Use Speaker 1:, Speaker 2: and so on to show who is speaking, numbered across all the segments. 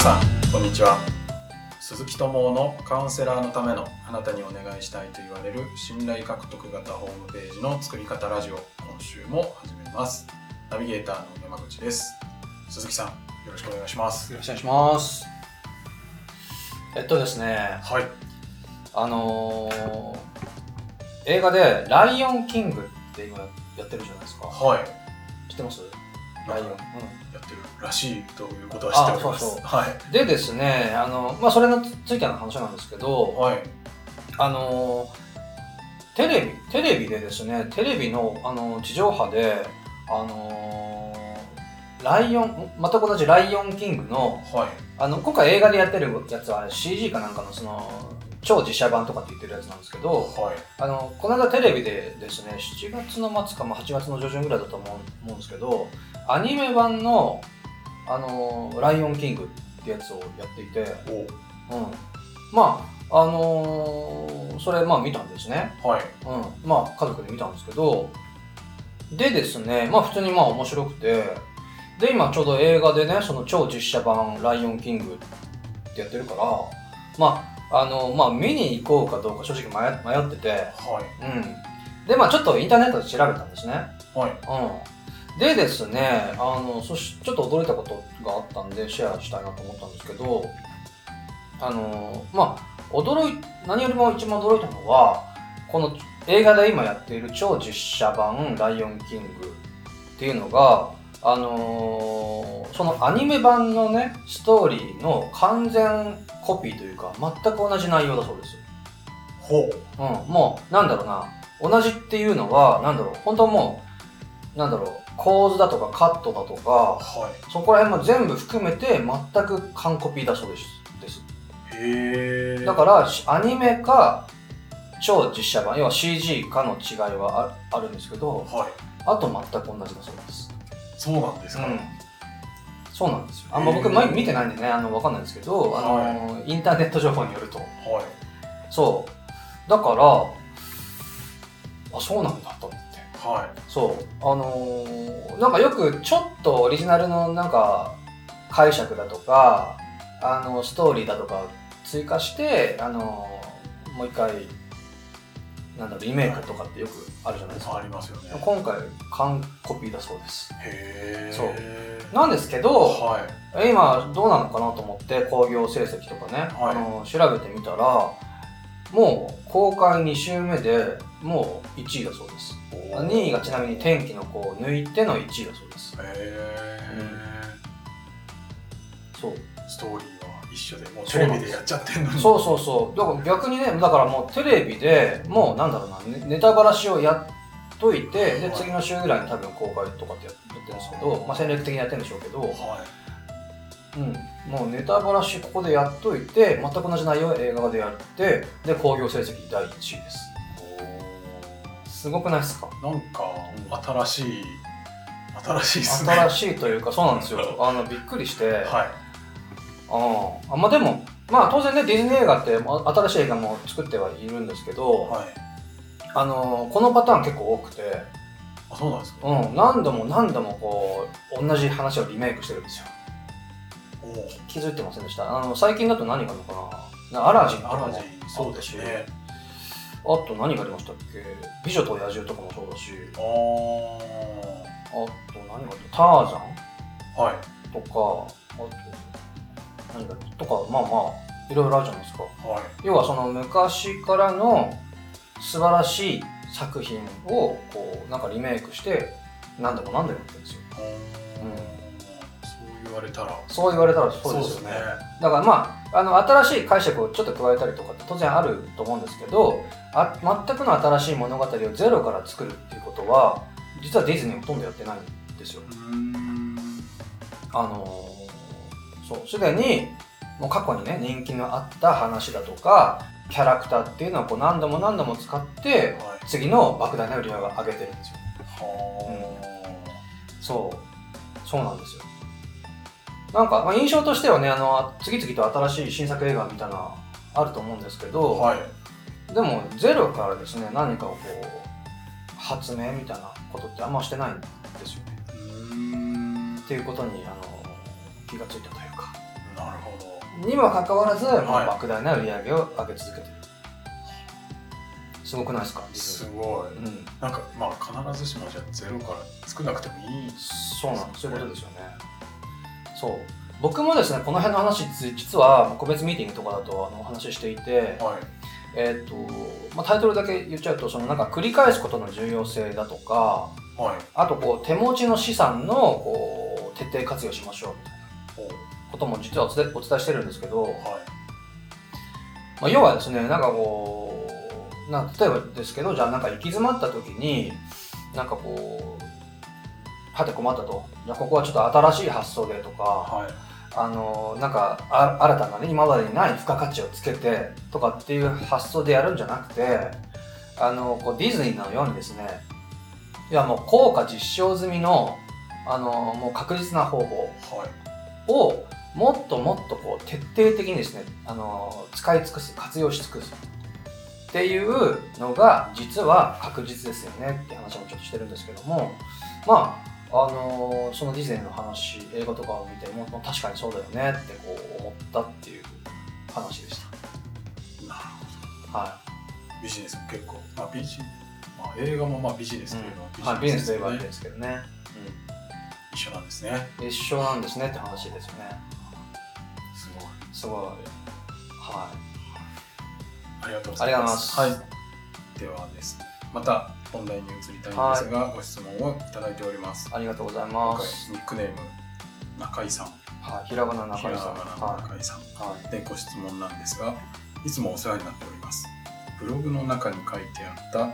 Speaker 1: さんこんにちは鈴木智夫のカウンセラーのためのあなたにお願いしたいと言われる信頼獲得型ホームページの作り方ラジオ今週も始めますナビゲーターの山口です鈴木さんよろしくお願いします
Speaker 2: よろしくお願いします。えっとですね、
Speaker 1: はい
Speaker 2: あのー映画で「ライオンキング」って今やってるじゃないですか。
Speaker 1: はい
Speaker 2: 知ってますライオン。
Speaker 1: やってるらしいということは知っております
Speaker 2: あそうそう
Speaker 1: はい
Speaker 2: うんでですね、あのまあ、それについての話なんですけど、
Speaker 1: はい
Speaker 2: あのーテレビテレビでですね、テレビの、あの地上波で、あのーライオン、全く同じライオンキングの、
Speaker 1: はい
Speaker 2: あの、今回映画でやってるやつはあれ CG かなんかのその、超実写版とかって言ってるやつなんですけど、
Speaker 1: はい
Speaker 2: あのこの間テレビでですね7月の末か、まあ、8月の上旬ぐらいだと思う思うんですけどアニメ版の「あのライオンキング」ってやつをやっていて、うん、
Speaker 1: お
Speaker 2: まああのーそれまあ見たんですね、
Speaker 1: はい
Speaker 2: うん、まあ家族で見たんですけどでですねまあ普通にまあ面白くてで今ちょうど映画でねその超実写版「ライオンキング」ってやってるからまああのまあ見に行こうかどうか正直迷迷ってて
Speaker 1: はい
Speaker 2: うん。で、まあちょっとインターネットで調べたんですね。
Speaker 1: はい
Speaker 2: うん。でですね、あの、そし、ちょっと驚いたことがあったんで、シェアしたいなと思ったんですけど、あの、まあ、驚い、何よりも一番驚いたのは、この映画で今やっている超実写版ライオンキングっていうのが、あのーそのアニメ版のね、ストーリーの完全コピーというか、全く同じ内容だそうです。
Speaker 1: ほう
Speaker 2: うん、もう、なんだろうな、同じっていうのは、なんだろう、本当もう、なんだろう、構図だとかカットだとか、
Speaker 1: は
Speaker 2: そこら辺も全部含めて全く完コピーだそうです。です
Speaker 1: いへえ
Speaker 2: だから、しアニメか、超実写版、要は CG かの違いはああるんですけど、
Speaker 1: はい
Speaker 2: あと全く同じだそうです。
Speaker 1: そうなんですか、
Speaker 2: うんそうなんですよ。あんま僕、
Speaker 1: へー
Speaker 2: 前見てないんでね、あの、わかんないんですけど、あの、インターネット情報によると。
Speaker 1: はい
Speaker 2: そう。だから、あ、そうなんだと思って。
Speaker 1: は
Speaker 2: そう。あのーなんかよくちょっとオリジナルのなんか解釈だとか、あの、ストーリーだとか追加して、あのーもう一回、なんだろう、リメイクとかってよくあるじゃない
Speaker 1: い
Speaker 2: です
Speaker 1: そうあ
Speaker 2: か。
Speaker 1: りますよね
Speaker 2: 今回、完コピーだそうです。
Speaker 1: へえ
Speaker 2: そうなんですけど、
Speaker 1: はい
Speaker 2: 今どうなのかなと思って興行成績とかね、
Speaker 1: はい
Speaker 2: あの調べてみたらもう公開2週目でもう1位だそうです2位がちなみに天気の子を抜いての1位だそうです
Speaker 1: へえ、
Speaker 2: そう
Speaker 1: ストーリーは一緒でもうテレビでやっちゃってんのに
Speaker 2: そうそうそうだから逆にねだからもうテレビでもうなんだろうなネネタばらしをやっといてで
Speaker 1: はい
Speaker 2: 次の週ぐらいに多分公開とかってやってるんですけど、まあ、戦略的にやってるんでしょうけど、
Speaker 1: は
Speaker 2: うん、もうネタばらしここでやっといて全く同じ内容を映画でやってで興行成績第1位です
Speaker 1: い
Speaker 2: すごくないですか
Speaker 1: なんか新しい新しいですね
Speaker 2: 新
Speaker 1: し
Speaker 2: しいというかそうなん ですよあのびっくりして、
Speaker 1: はい
Speaker 2: ああまあでもまあ当然ねディズニー映画ってまあ新しい映画も作ってはいるんですけど、
Speaker 1: はい
Speaker 2: あのこのパターン結構多くて、
Speaker 1: あそうなんですか、
Speaker 2: うん、何度も何度もこう同じ話をリメイクしてるんですよ
Speaker 1: おお
Speaker 2: 気づいてませんでしたあの最近だと何があるのかななアラジンとか
Speaker 1: ア
Speaker 2: も
Speaker 1: ラジンそうですね
Speaker 2: あと何がありましたっけ「美女と野獣」とかもそうだし
Speaker 1: ああ
Speaker 2: あと何があったターザ
Speaker 1: はい
Speaker 2: ンとかあと何があったとかまあまあいろいろあるじゃないですか
Speaker 1: はい
Speaker 2: 要はその昔からの素晴らしい作品をこうなんかリメイクして何度も何度もやってるんですよ
Speaker 1: あーそう言われたら
Speaker 2: そう言われたらそうですよねだからまああの新しい解釈をちょっと加えたりとかって当然あると思うんですけどあ全くの新しい物語をゼロから作るっていうことは実はディズニーほとんどやってないんですよ
Speaker 1: うーん
Speaker 2: あのーそう、すでに、もう過去にね、人気のあった話だとか、キャラクターっていうのをこう何度も何度も使って、
Speaker 1: はい
Speaker 2: 次の莫大な売り上げを上げてるんですよ。
Speaker 1: はあ、
Speaker 2: そう。そうなんですよ。なんか、まあ、印象としてはね、あの、次々と新しい新作映画みたいな、あると思うんですけど、
Speaker 1: はい
Speaker 2: でも、ゼロからですね、何かをこう、発明みたいなことってあんましてないんですよね。
Speaker 1: うーん
Speaker 2: っていうことに、あの、気がついたというか。
Speaker 1: なるなるほど
Speaker 2: にもかかわらず、ま
Speaker 1: は
Speaker 2: あ、
Speaker 1: い
Speaker 2: 莫大な売り上げを上げ続けてるすごくないですか
Speaker 1: す
Speaker 2: 実は
Speaker 1: ごい
Speaker 2: うん
Speaker 1: なんかまあ必ずしもじゃあゼロから作らなくてもいい
Speaker 2: そうなんですそういうことですよねそう僕もですねこの辺の話つ実は個別ミーティングとかだとあのお話ししていて、
Speaker 1: はい
Speaker 2: えーとまあ、タイトルだけ言っちゃうとそのなんか繰り返すことの重要性だとか
Speaker 1: はい
Speaker 2: あとこう手持ちの資産のこう徹底活用しましょうみたいな
Speaker 1: お
Speaker 2: ことも実はお伝えお伝えしてるんですけど、
Speaker 1: はい
Speaker 2: まあ、要はですねなんかこうなん例えばですけどじゃあなんか行き詰まった時になんかこうはて困ったとじゃあここはちょっと新しい発想でとか
Speaker 1: はい
Speaker 2: あのなんかあ新たなね今までにない付加価値をつけてとかっていう発想でやるんじゃなくてあのこうディズニーのようにですねいやもう効果実証済みのあのもう確実な方法
Speaker 1: はい
Speaker 2: をもっともっとこう徹底的にですね、あの使い尽くす活用し尽くすっていうのが実は確実ですよねって話もちょっとしてるんですけどもまああのそのディズニーの話映画とかを見てももう確かにそうだよねってこう思ったっていう話でし
Speaker 1: なるほど
Speaker 2: た。は
Speaker 1: ビジネスも結構、まあ、ビジまあ映画もまあビジネ
Speaker 2: い
Speaker 1: スといえば
Speaker 2: うんはい、ビジネスといえば
Speaker 1: ね
Speaker 2: ですけどね、
Speaker 1: 一緒なんですね
Speaker 2: 一緒なんですねって話ですよね
Speaker 1: すごい
Speaker 2: すごいはい
Speaker 1: ありがとうご
Speaker 2: あ
Speaker 1: ざい
Speaker 2: りがとうござい
Speaker 1: ま
Speaker 2: ます
Speaker 1: す。はい、ではですね、また本題に移りたいんですが、ご質問をいただいております。
Speaker 2: ありがとうござい
Speaker 1: 今
Speaker 2: ま
Speaker 1: 回
Speaker 2: す、
Speaker 1: ニックネーム、中井さん、
Speaker 2: はい、ひらがな
Speaker 1: ひ
Speaker 2: 中
Speaker 1: ら
Speaker 2: 井
Speaker 1: が
Speaker 2: さん
Speaker 1: なの
Speaker 2: は
Speaker 1: 中井さん
Speaker 2: い、はい
Speaker 1: でご質問なんですが、いつもお世話になっております。ブログの中に書いてあった、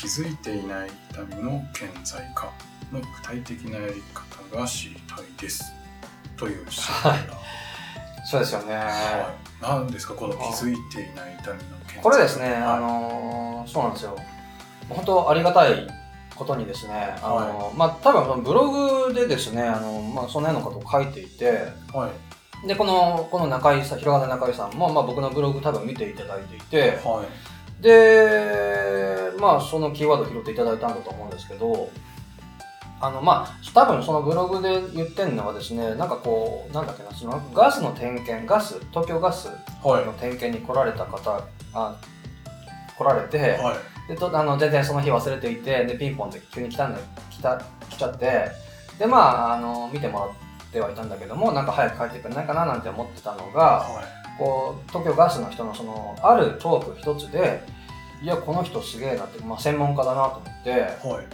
Speaker 1: 気づいていない痛みの顕在化の具体的なやり方が知りたいです。という質問
Speaker 2: はいそうですよね、
Speaker 1: はい、何ですかこの気づいていない痛みの顕在化
Speaker 2: これですね、
Speaker 1: はい
Speaker 2: あのーそうなんですよ本当ありがたいことにですね、あのーまあ多分そのブログでですね、あのーまあ、そのようなことを書いていて
Speaker 1: はい
Speaker 2: でこのこの中井さん広が中井さんも、まあ、僕のブログ多分見ていただいていて
Speaker 1: はい
Speaker 2: でまあそのキーワード拾っていただいたんだと思うんですけどあのまあ多分そのブログで言ってるのはですねなんかこうなんだっけなそのガスの点検ガス東京ガス
Speaker 1: はい
Speaker 2: の点検に来られた方あ来られて、
Speaker 1: はい
Speaker 2: でとあの全然その日忘れていてでピンポンで急に来たんだ来た来ちゃってでまああの見てもらってはいたんだけどもなんか早く帰ってくれないかななんて思ってたのが
Speaker 1: はい
Speaker 2: こう東京ガスの人のそのあるトーク一つでいやこの人すげえなって、まあ、専門家だなと思って
Speaker 1: はい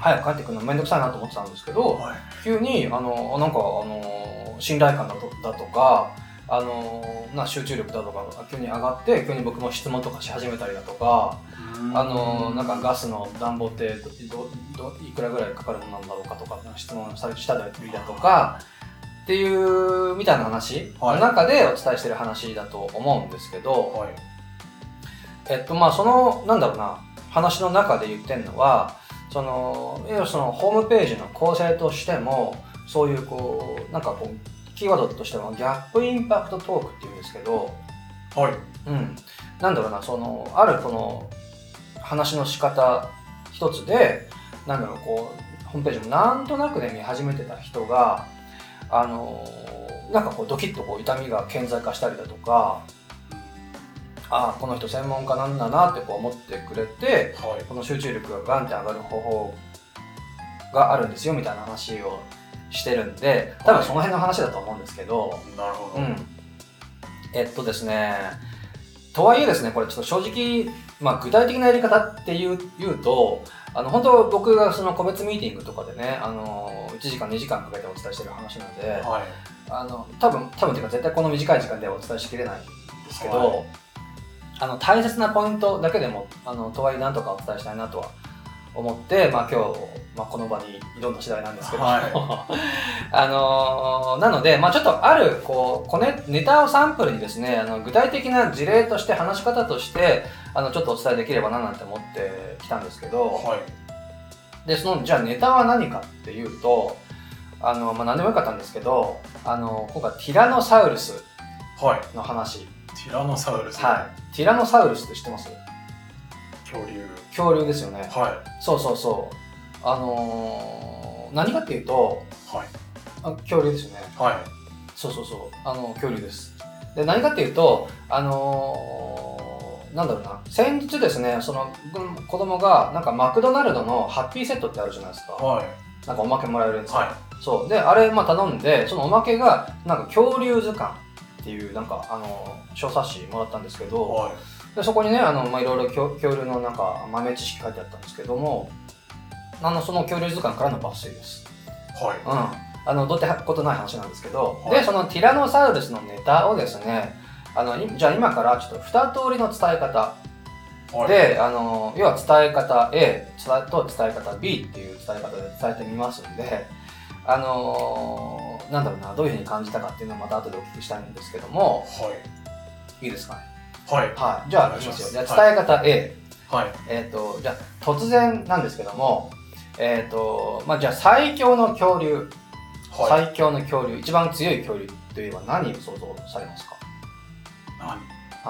Speaker 2: 早く帰ってくるのめんどくさいなと思ってたんですけど
Speaker 1: はい
Speaker 2: 急にあのなんかあの信頼感だとだとかあのな集中力だとかが急に上がって急に僕も質問とかし始めたりだとかあのなんかガスの暖房ってどどどいくらぐらいかかるものなんだろうかとか質問されしたりだとかっていうみたいな話
Speaker 1: は
Speaker 2: の
Speaker 1: い
Speaker 2: 中でお伝えしてる話だと思うんですけど、
Speaker 1: はい
Speaker 2: えっとまあそのなんだろうな話の中で言ってるのはそのいわゆるそのホームページの構成としてもそういうこうなんかこうキーワードとしてはギャップインパクトトークっていうんですけど、
Speaker 1: はい
Speaker 2: うん、なんだろうなそのあるこの話の仕方一つでなんだろうこうホームページもなんとなくで見始めてた人があのなんかこうドキッとこう痛みが顕在化したりだとかああこの人専門家なんだなってこう思ってくれて
Speaker 1: はい
Speaker 2: この集中力がガンって上がる方法があるんですよみたいな話をしてるんで多分その辺の話だと思うんですけど。
Speaker 1: なるほ
Speaker 2: う
Speaker 1: ど
Speaker 2: ん、えっとですねとはいえですねこれちょっと正直、まあ、具体的なやり方っていう言うとあの本当僕がその個別ミーティングとかでねあの1時間2時間かけてお伝えしてる話なので
Speaker 1: はい
Speaker 2: あの多分多分っていうか絶対この短い時間ではお伝えしきれないんですけど、
Speaker 1: は
Speaker 2: あの大切なポイントだけでもあのとはいえなんとかお伝えしたいなとは思って、まあ、今日、まあ、この場に挑んだ次第なんですけど、
Speaker 1: は
Speaker 2: あのーなので、まあ、ちょっとあるこうこ、ね、ネタをサンプルにですねあの具体的な事例として話し方としてあのちょっとお伝えできればななんて思ってきたんですけど、
Speaker 1: はい
Speaker 2: でそのじゃあネタは何かっていうとあの、まあ、何でもよかったんですけどあの今回ティラノサウルス
Speaker 1: はい
Speaker 2: の話、
Speaker 1: ティラノサウルス
Speaker 2: はい、ティラノサウルスって知ってます
Speaker 1: 恐竜
Speaker 2: 恐竜ですよね
Speaker 1: は
Speaker 2: そうそうそうあのー何かっていうと
Speaker 1: いはい
Speaker 2: あ恐竜ですよね
Speaker 1: はい
Speaker 2: そうそうそうあの恐竜ですで何かっていうとあのーなんだろうな先日ですねそのうん子供がなんかマクドナルドのハッピーセットってあるじゃないですか
Speaker 1: は
Speaker 2: なんかおまけもらえるや
Speaker 1: い
Speaker 2: つ、
Speaker 1: は
Speaker 2: そうであれまあ頼んでそのおまけがなんか恐竜図鑑っていうなんかあの小冊子もらったんですけ
Speaker 1: い
Speaker 2: ど、
Speaker 1: は
Speaker 2: でそこにねあの、まあ、いろいろ恐恐竜のなんか豆知識書いてあったんですけどもあのその恐竜図鑑からの抜粋です、
Speaker 1: いはい
Speaker 2: うん、あのどうってことない話なんですけど、
Speaker 1: はい
Speaker 2: でそのティラノサウルスのネタをですねあのいじゃあ今からちょっと2通りの伝え方
Speaker 1: はい
Speaker 2: であの要は伝え方 A 伝えと伝え方 B っていう伝え方で伝えてみますんであのなんだろうなどういうふうに感じたかっていうのをまた後でお聞きしたいんですけどもいいですかね
Speaker 1: はい
Speaker 2: はいじゃ
Speaker 1: お
Speaker 2: あ
Speaker 1: 願
Speaker 2: い
Speaker 1: い
Speaker 2: き
Speaker 1: し
Speaker 2: ま
Speaker 1: ます
Speaker 2: すよじゃあ伝え方 A、
Speaker 1: はいはい
Speaker 2: えっ、と、じゃあ、突然なんですけども、えっ、と、まあ、じゃあ、最強の恐竜、
Speaker 1: はい
Speaker 2: 最強の恐竜、一番強い恐竜といえば何を想像されます
Speaker 1: 何
Speaker 2: か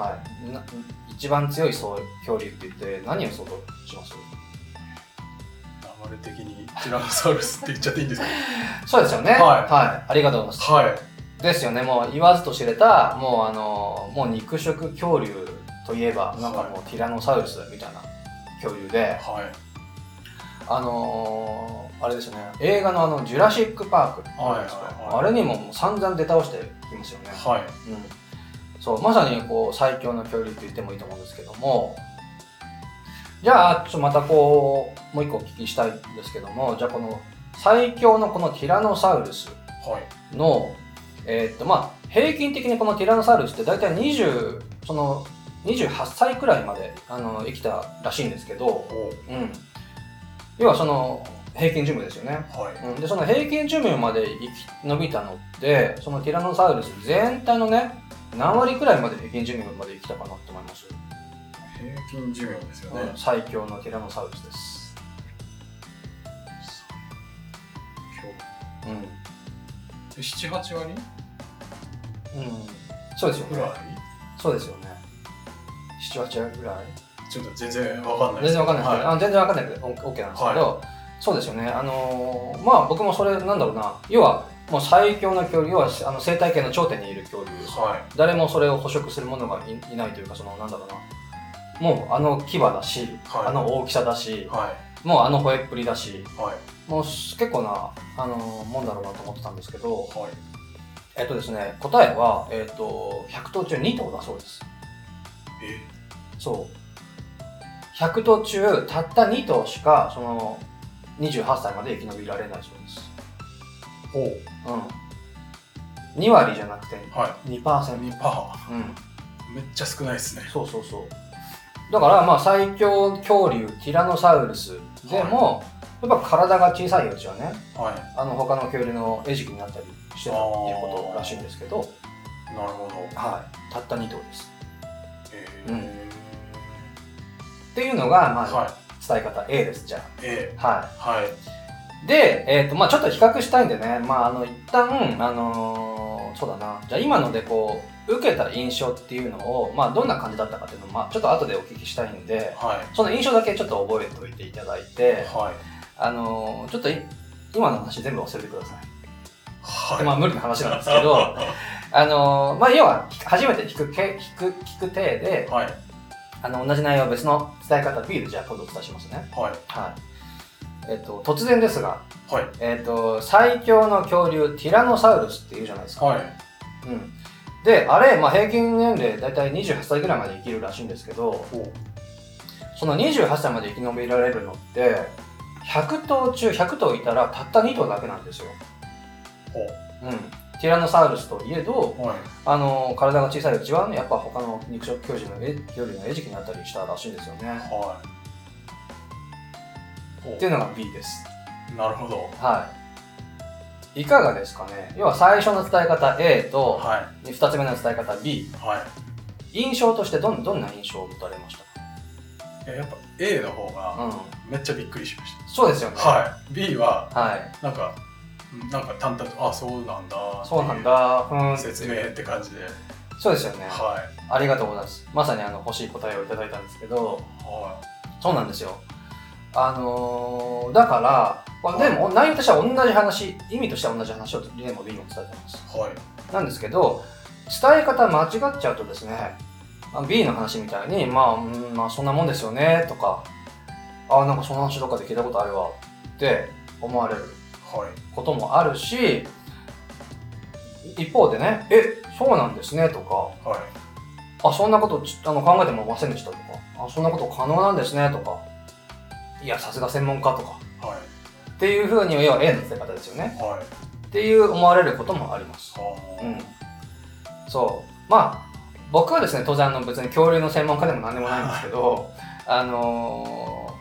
Speaker 2: はい。な一番強いそう恐竜って言って何を想像します
Speaker 1: 流れ的にティラノサウルスって言っちゃっていいんです
Speaker 2: そうですよね。
Speaker 1: はい
Speaker 2: ありがとうございます。
Speaker 1: かはい
Speaker 2: ですよね。もう言わずと知れた、もうあの、もう肉食恐竜といえば、なんかもうティラノサウルスみたいな恐竜で、
Speaker 1: はい
Speaker 2: あのーあれですよね、映画のあの、ジュラシック・パークってあるんですか
Speaker 1: はいはいはい
Speaker 2: あれにももう散々出倒してきますよね。
Speaker 1: はい
Speaker 2: うん、そう、まさにこう、最強の恐竜って言ってもいいと思うんですけども、じゃあ、ちょっとまたこう、もう一個お聞きしたいんですけども、じゃあこの、最強のこのティラノサウルス
Speaker 1: はい
Speaker 2: の、えーっと、まあ、平均的にこのティラノサウルスって大体20、その、28歳くらいまで、あの、生きたらしいんですけど、
Speaker 1: お
Speaker 2: うん、要はその平均寿命ですよね、
Speaker 1: はい
Speaker 2: うん、でその平均寿命まで生き延びたのってそのティラノサウルス全体のね何割くらいまで平均寿命まで生きたかなって思います、
Speaker 1: 平均寿命ですよね、
Speaker 2: うん最強のティラノサウルスです、う
Speaker 1: 78割
Speaker 2: んうん、そうですよ
Speaker 1: ぐ
Speaker 2: ね
Speaker 1: らい
Speaker 2: そうですよね78ぐらい
Speaker 1: ちょっと全然わかんない
Speaker 2: 全然わかんないですけど、
Speaker 1: は
Speaker 2: あ全然わかんないけどオッオッケーなんですけど、そうですよねあのーまあ僕もそれなんだろうな要はもう最強の恐竜要はあの生態系の頂点にいる恐竜
Speaker 1: いは
Speaker 2: 誰もそれを捕食するものがいいないというかそのなんだろうなもうあの牙だし、
Speaker 1: はい
Speaker 2: あの大きさだし
Speaker 1: いは
Speaker 2: もうあの吠えっぷりだし
Speaker 1: いはい
Speaker 2: もうす結構なあのもんだろうなと思ってたんですけ
Speaker 1: は
Speaker 2: ど
Speaker 1: い
Speaker 2: えっとですね答えは、えっと100頭中2頭だそうです
Speaker 1: え
Speaker 2: そう100頭中たった2頭しかその28歳まで生き延びられないそうです
Speaker 1: おう
Speaker 2: うん2割じゃなくて
Speaker 1: は
Speaker 2: 2%
Speaker 1: い2パ
Speaker 2: うん
Speaker 1: ーめっちゃ少ないですね
Speaker 2: そうそうそうだからまあ最強恐竜ティラノサウルスでも、やっぱ体が小さいうちはね
Speaker 1: はい
Speaker 2: あの他の恐竜の餌食になったりしてたっていうことらしいんですけど、
Speaker 1: なるほど
Speaker 2: はい、たった2頭です
Speaker 1: え
Speaker 2: う
Speaker 1: ー
Speaker 2: っていうのがまあ、
Speaker 1: は
Speaker 2: 伝え方 A ですじゃ
Speaker 1: い A
Speaker 2: あは
Speaker 1: はい
Speaker 2: いで、えーとまあ、ちょっと比較したいんでねまああの一旦あのーそうだなじゃあ今のでこう受けた印象っていうのを、まあ、どんな感じだったかっていうのを、まあ、ちょっと後でお聞きしたいんで
Speaker 1: は
Speaker 2: その印象だけちょっと覚えておいていただい
Speaker 1: い
Speaker 2: て、
Speaker 1: はい
Speaker 2: あのーちょっとい今の話全部忘れてください。
Speaker 1: はい
Speaker 2: まあ無理な話なんです けど、あのーまあ要はひ初めて聞くけ聞く聞く体で、
Speaker 1: はい
Speaker 2: あの同じ内容を別の伝え方 B でじゃあ今度お伝えしますね。
Speaker 1: はい
Speaker 2: はい。えっと突然ですが、
Speaker 1: はい
Speaker 2: えっと最強の恐竜ティラノサウルスっていうじゃないですか。
Speaker 1: はい
Speaker 2: うん。であれまあ平均年齢だいたい28歳ぐらいまで生きるらしいんですけど、
Speaker 1: おう
Speaker 2: その28歳まで生き延びられるのって100頭中100頭いたらたった2頭だけなんですよ。
Speaker 1: おう
Speaker 2: うん、ティラノサウルスといえど
Speaker 1: はい
Speaker 2: あの体が小さいうちはねやっぱ他の肉食恐竜のえ恐竜の餌食になったりしたらしいんですよね。
Speaker 1: はいおう
Speaker 2: っていうのが B です。
Speaker 1: なるほど
Speaker 2: はい。いかがですかね要は最初の伝え方 A と
Speaker 1: はい
Speaker 2: 2つ目の伝え方 B
Speaker 1: はい
Speaker 2: 印象としてどんどんな印象を持たれまし
Speaker 1: いややっぱ A の方
Speaker 2: たう
Speaker 1: が
Speaker 2: ん
Speaker 1: めっちゃびっくりしまし
Speaker 2: そうですよね。、
Speaker 1: た、はい B はい
Speaker 2: はい、
Speaker 1: なんかうんなんか淡々とあそうなんだってい
Speaker 2: そうなんだふーん
Speaker 1: 説明って感じで
Speaker 2: そうですよね、
Speaker 1: は
Speaker 2: ありがとうございますまさにあの欲しい答えをいただいたんですけど
Speaker 1: いは
Speaker 2: そうなんですよ。あのーだから、まあ、でも内容としては同じ話意味としては同じ話をでも B も伝えてます
Speaker 1: はい
Speaker 2: なんですけど伝え方間違っちゃうとですねあ B の話みたいに「まあ、うんまあそんなもんですよね」とか「あなんかその話どっかで聞いたことあるわ」って思われる
Speaker 1: はい
Speaker 2: こともあるし一方でね「えそうなんですね」とか
Speaker 1: はい
Speaker 2: あ、そんなことちあの考えてもいませんでしたとか、あ、そんなこと可能なんですねとか、いや、さすが専門家とか、
Speaker 1: はい
Speaker 2: っていうふうに、要は A の伝え方ですよね。
Speaker 1: はい
Speaker 2: っていう思われることもあります。
Speaker 1: は
Speaker 2: うん。そう。まあ、僕はですね、当然あの別に恐竜の専門家でも何でもないんですけど、あの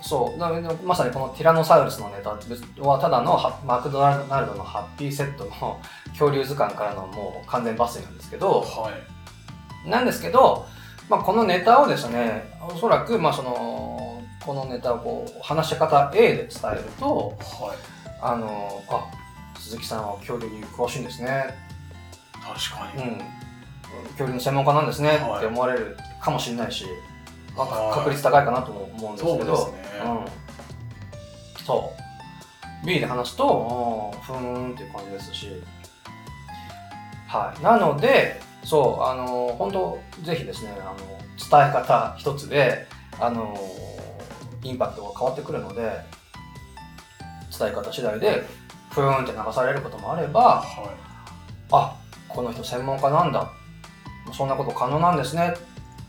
Speaker 2: ーそうなまさにこのティラノサウルスのネタはただのはマクドナルドのハッピーセットの恐竜図鑑からのもう完全抜粋なんですけど、
Speaker 1: はい
Speaker 2: なんですけど、まあ、このネタをですね、おそらく、まあ、その、このネタをこう、話し方 A で伝えると、
Speaker 1: はい
Speaker 2: あの、あ、鈴木さんは恐竜に詳しいんですね。
Speaker 1: 確か
Speaker 2: う
Speaker 1: に、
Speaker 2: ん。恐竜の専門家なんですね
Speaker 1: はい
Speaker 2: って思われるかもしれないし、ま
Speaker 1: はい
Speaker 2: あ、確率高いかなとも思うんです
Speaker 1: そう
Speaker 2: け
Speaker 1: で
Speaker 2: ど、
Speaker 1: すね、
Speaker 2: うん。そう。B で話すと、あーふーんっていう感じですし。はい。なので、そう、あのー、本当ぜひですね、あの伝え方一つで、あのー、インパクトが変わってくるので、伝え方次第で、ふーんって流されることもあれば、
Speaker 1: は
Speaker 2: あ、この人専門家なんだ。そんなこと可能なんですね。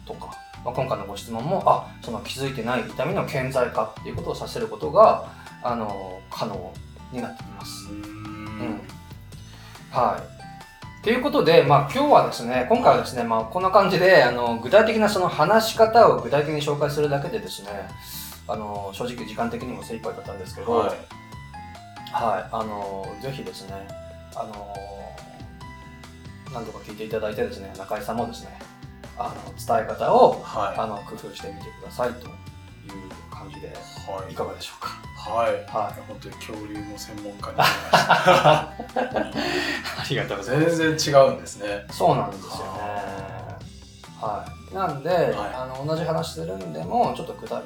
Speaker 2: とか、まあ、今回のご質問も、あ、その気づいてない痛みの顕在化っていうことをさせることが、あの、可能になってきま
Speaker 1: い
Speaker 2: す。
Speaker 1: うー
Speaker 2: うん
Speaker 1: ん。
Speaker 2: はい。ということで、まあ今日はですね、今回はですね、まあこんな感じで、あの、具体的なその話し方を具体的に紹介するだけでですね、あの、正直時間的にも精一杯だったんですけど、
Speaker 1: はい
Speaker 2: はい、あのぜひですね、あの何度か聞いていただいてですね、中井さんもですね、あの伝え方を
Speaker 1: は
Speaker 2: あの工夫してみてくださいという感じで、
Speaker 1: いはい
Speaker 2: いかがでしょうか。
Speaker 1: はいい
Speaker 2: は
Speaker 1: や本当に恐竜の専門家になりました
Speaker 2: い、ありがとうございます。
Speaker 1: 全然違うんですね
Speaker 2: そうなんですよね。はい、なんで、あの同じ話するんでも、ちょっと具体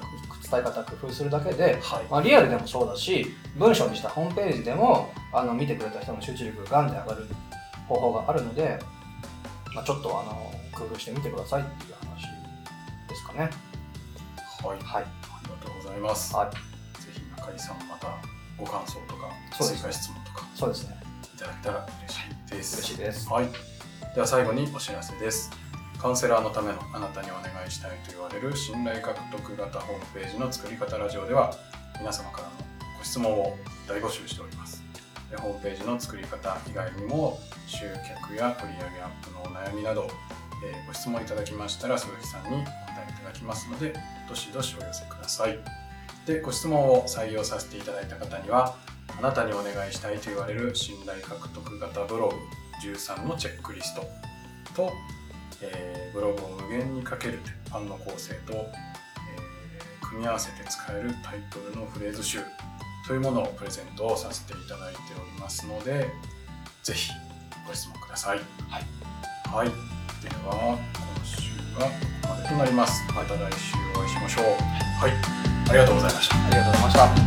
Speaker 2: 伝え方工夫するだけで、
Speaker 1: はい
Speaker 2: まあ、リアルでもそうだし文章にしたホームページでもあの見てくれた人の集中力がガンで上がる方法があるので、まあ、ちょっとあの工夫してみてくださいっていう話ですかね
Speaker 1: はい
Speaker 2: はい
Speaker 1: ありがとうございます
Speaker 2: は
Speaker 1: ぜひ中井さんまたご感想とか
Speaker 2: そうで
Speaker 1: 追
Speaker 2: す
Speaker 1: 加質問とか
Speaker 2: そうですね
Speaker 1: いただけたら嬉しいです
Speaker 2: 嬉しいです
Speaker 1: はい、では最後にお知らせですカウンセラーのためのあなたにお願いしたいと言われる信頼獲得型ホームページの作り方ラジオでは皆様からのご質問を大募集しておりますでホームページの作り方以外にも集客や売上アップのお悩みなど、えーご質問いただきましたら鈴木さんにお答えいただきますのでどしどしお寄せくださいでご質問を採用させていただいた方にはあなたにお願いしたいと言われる信頼獲得型ブログ13のチェックリストと、えーブログを無限にかける鉄板の構成と、えー組み合わせて使えるタイトルのフレーズ集というものをプレゼントをさせていただいておりますのでぜひご質問ください。
Speaker 2: はい
Speaker 1: はい、では今週はここまでとなります。また来週お会いしましょう。はい、ありがとうございました。
Speaker 2: ありがとうございました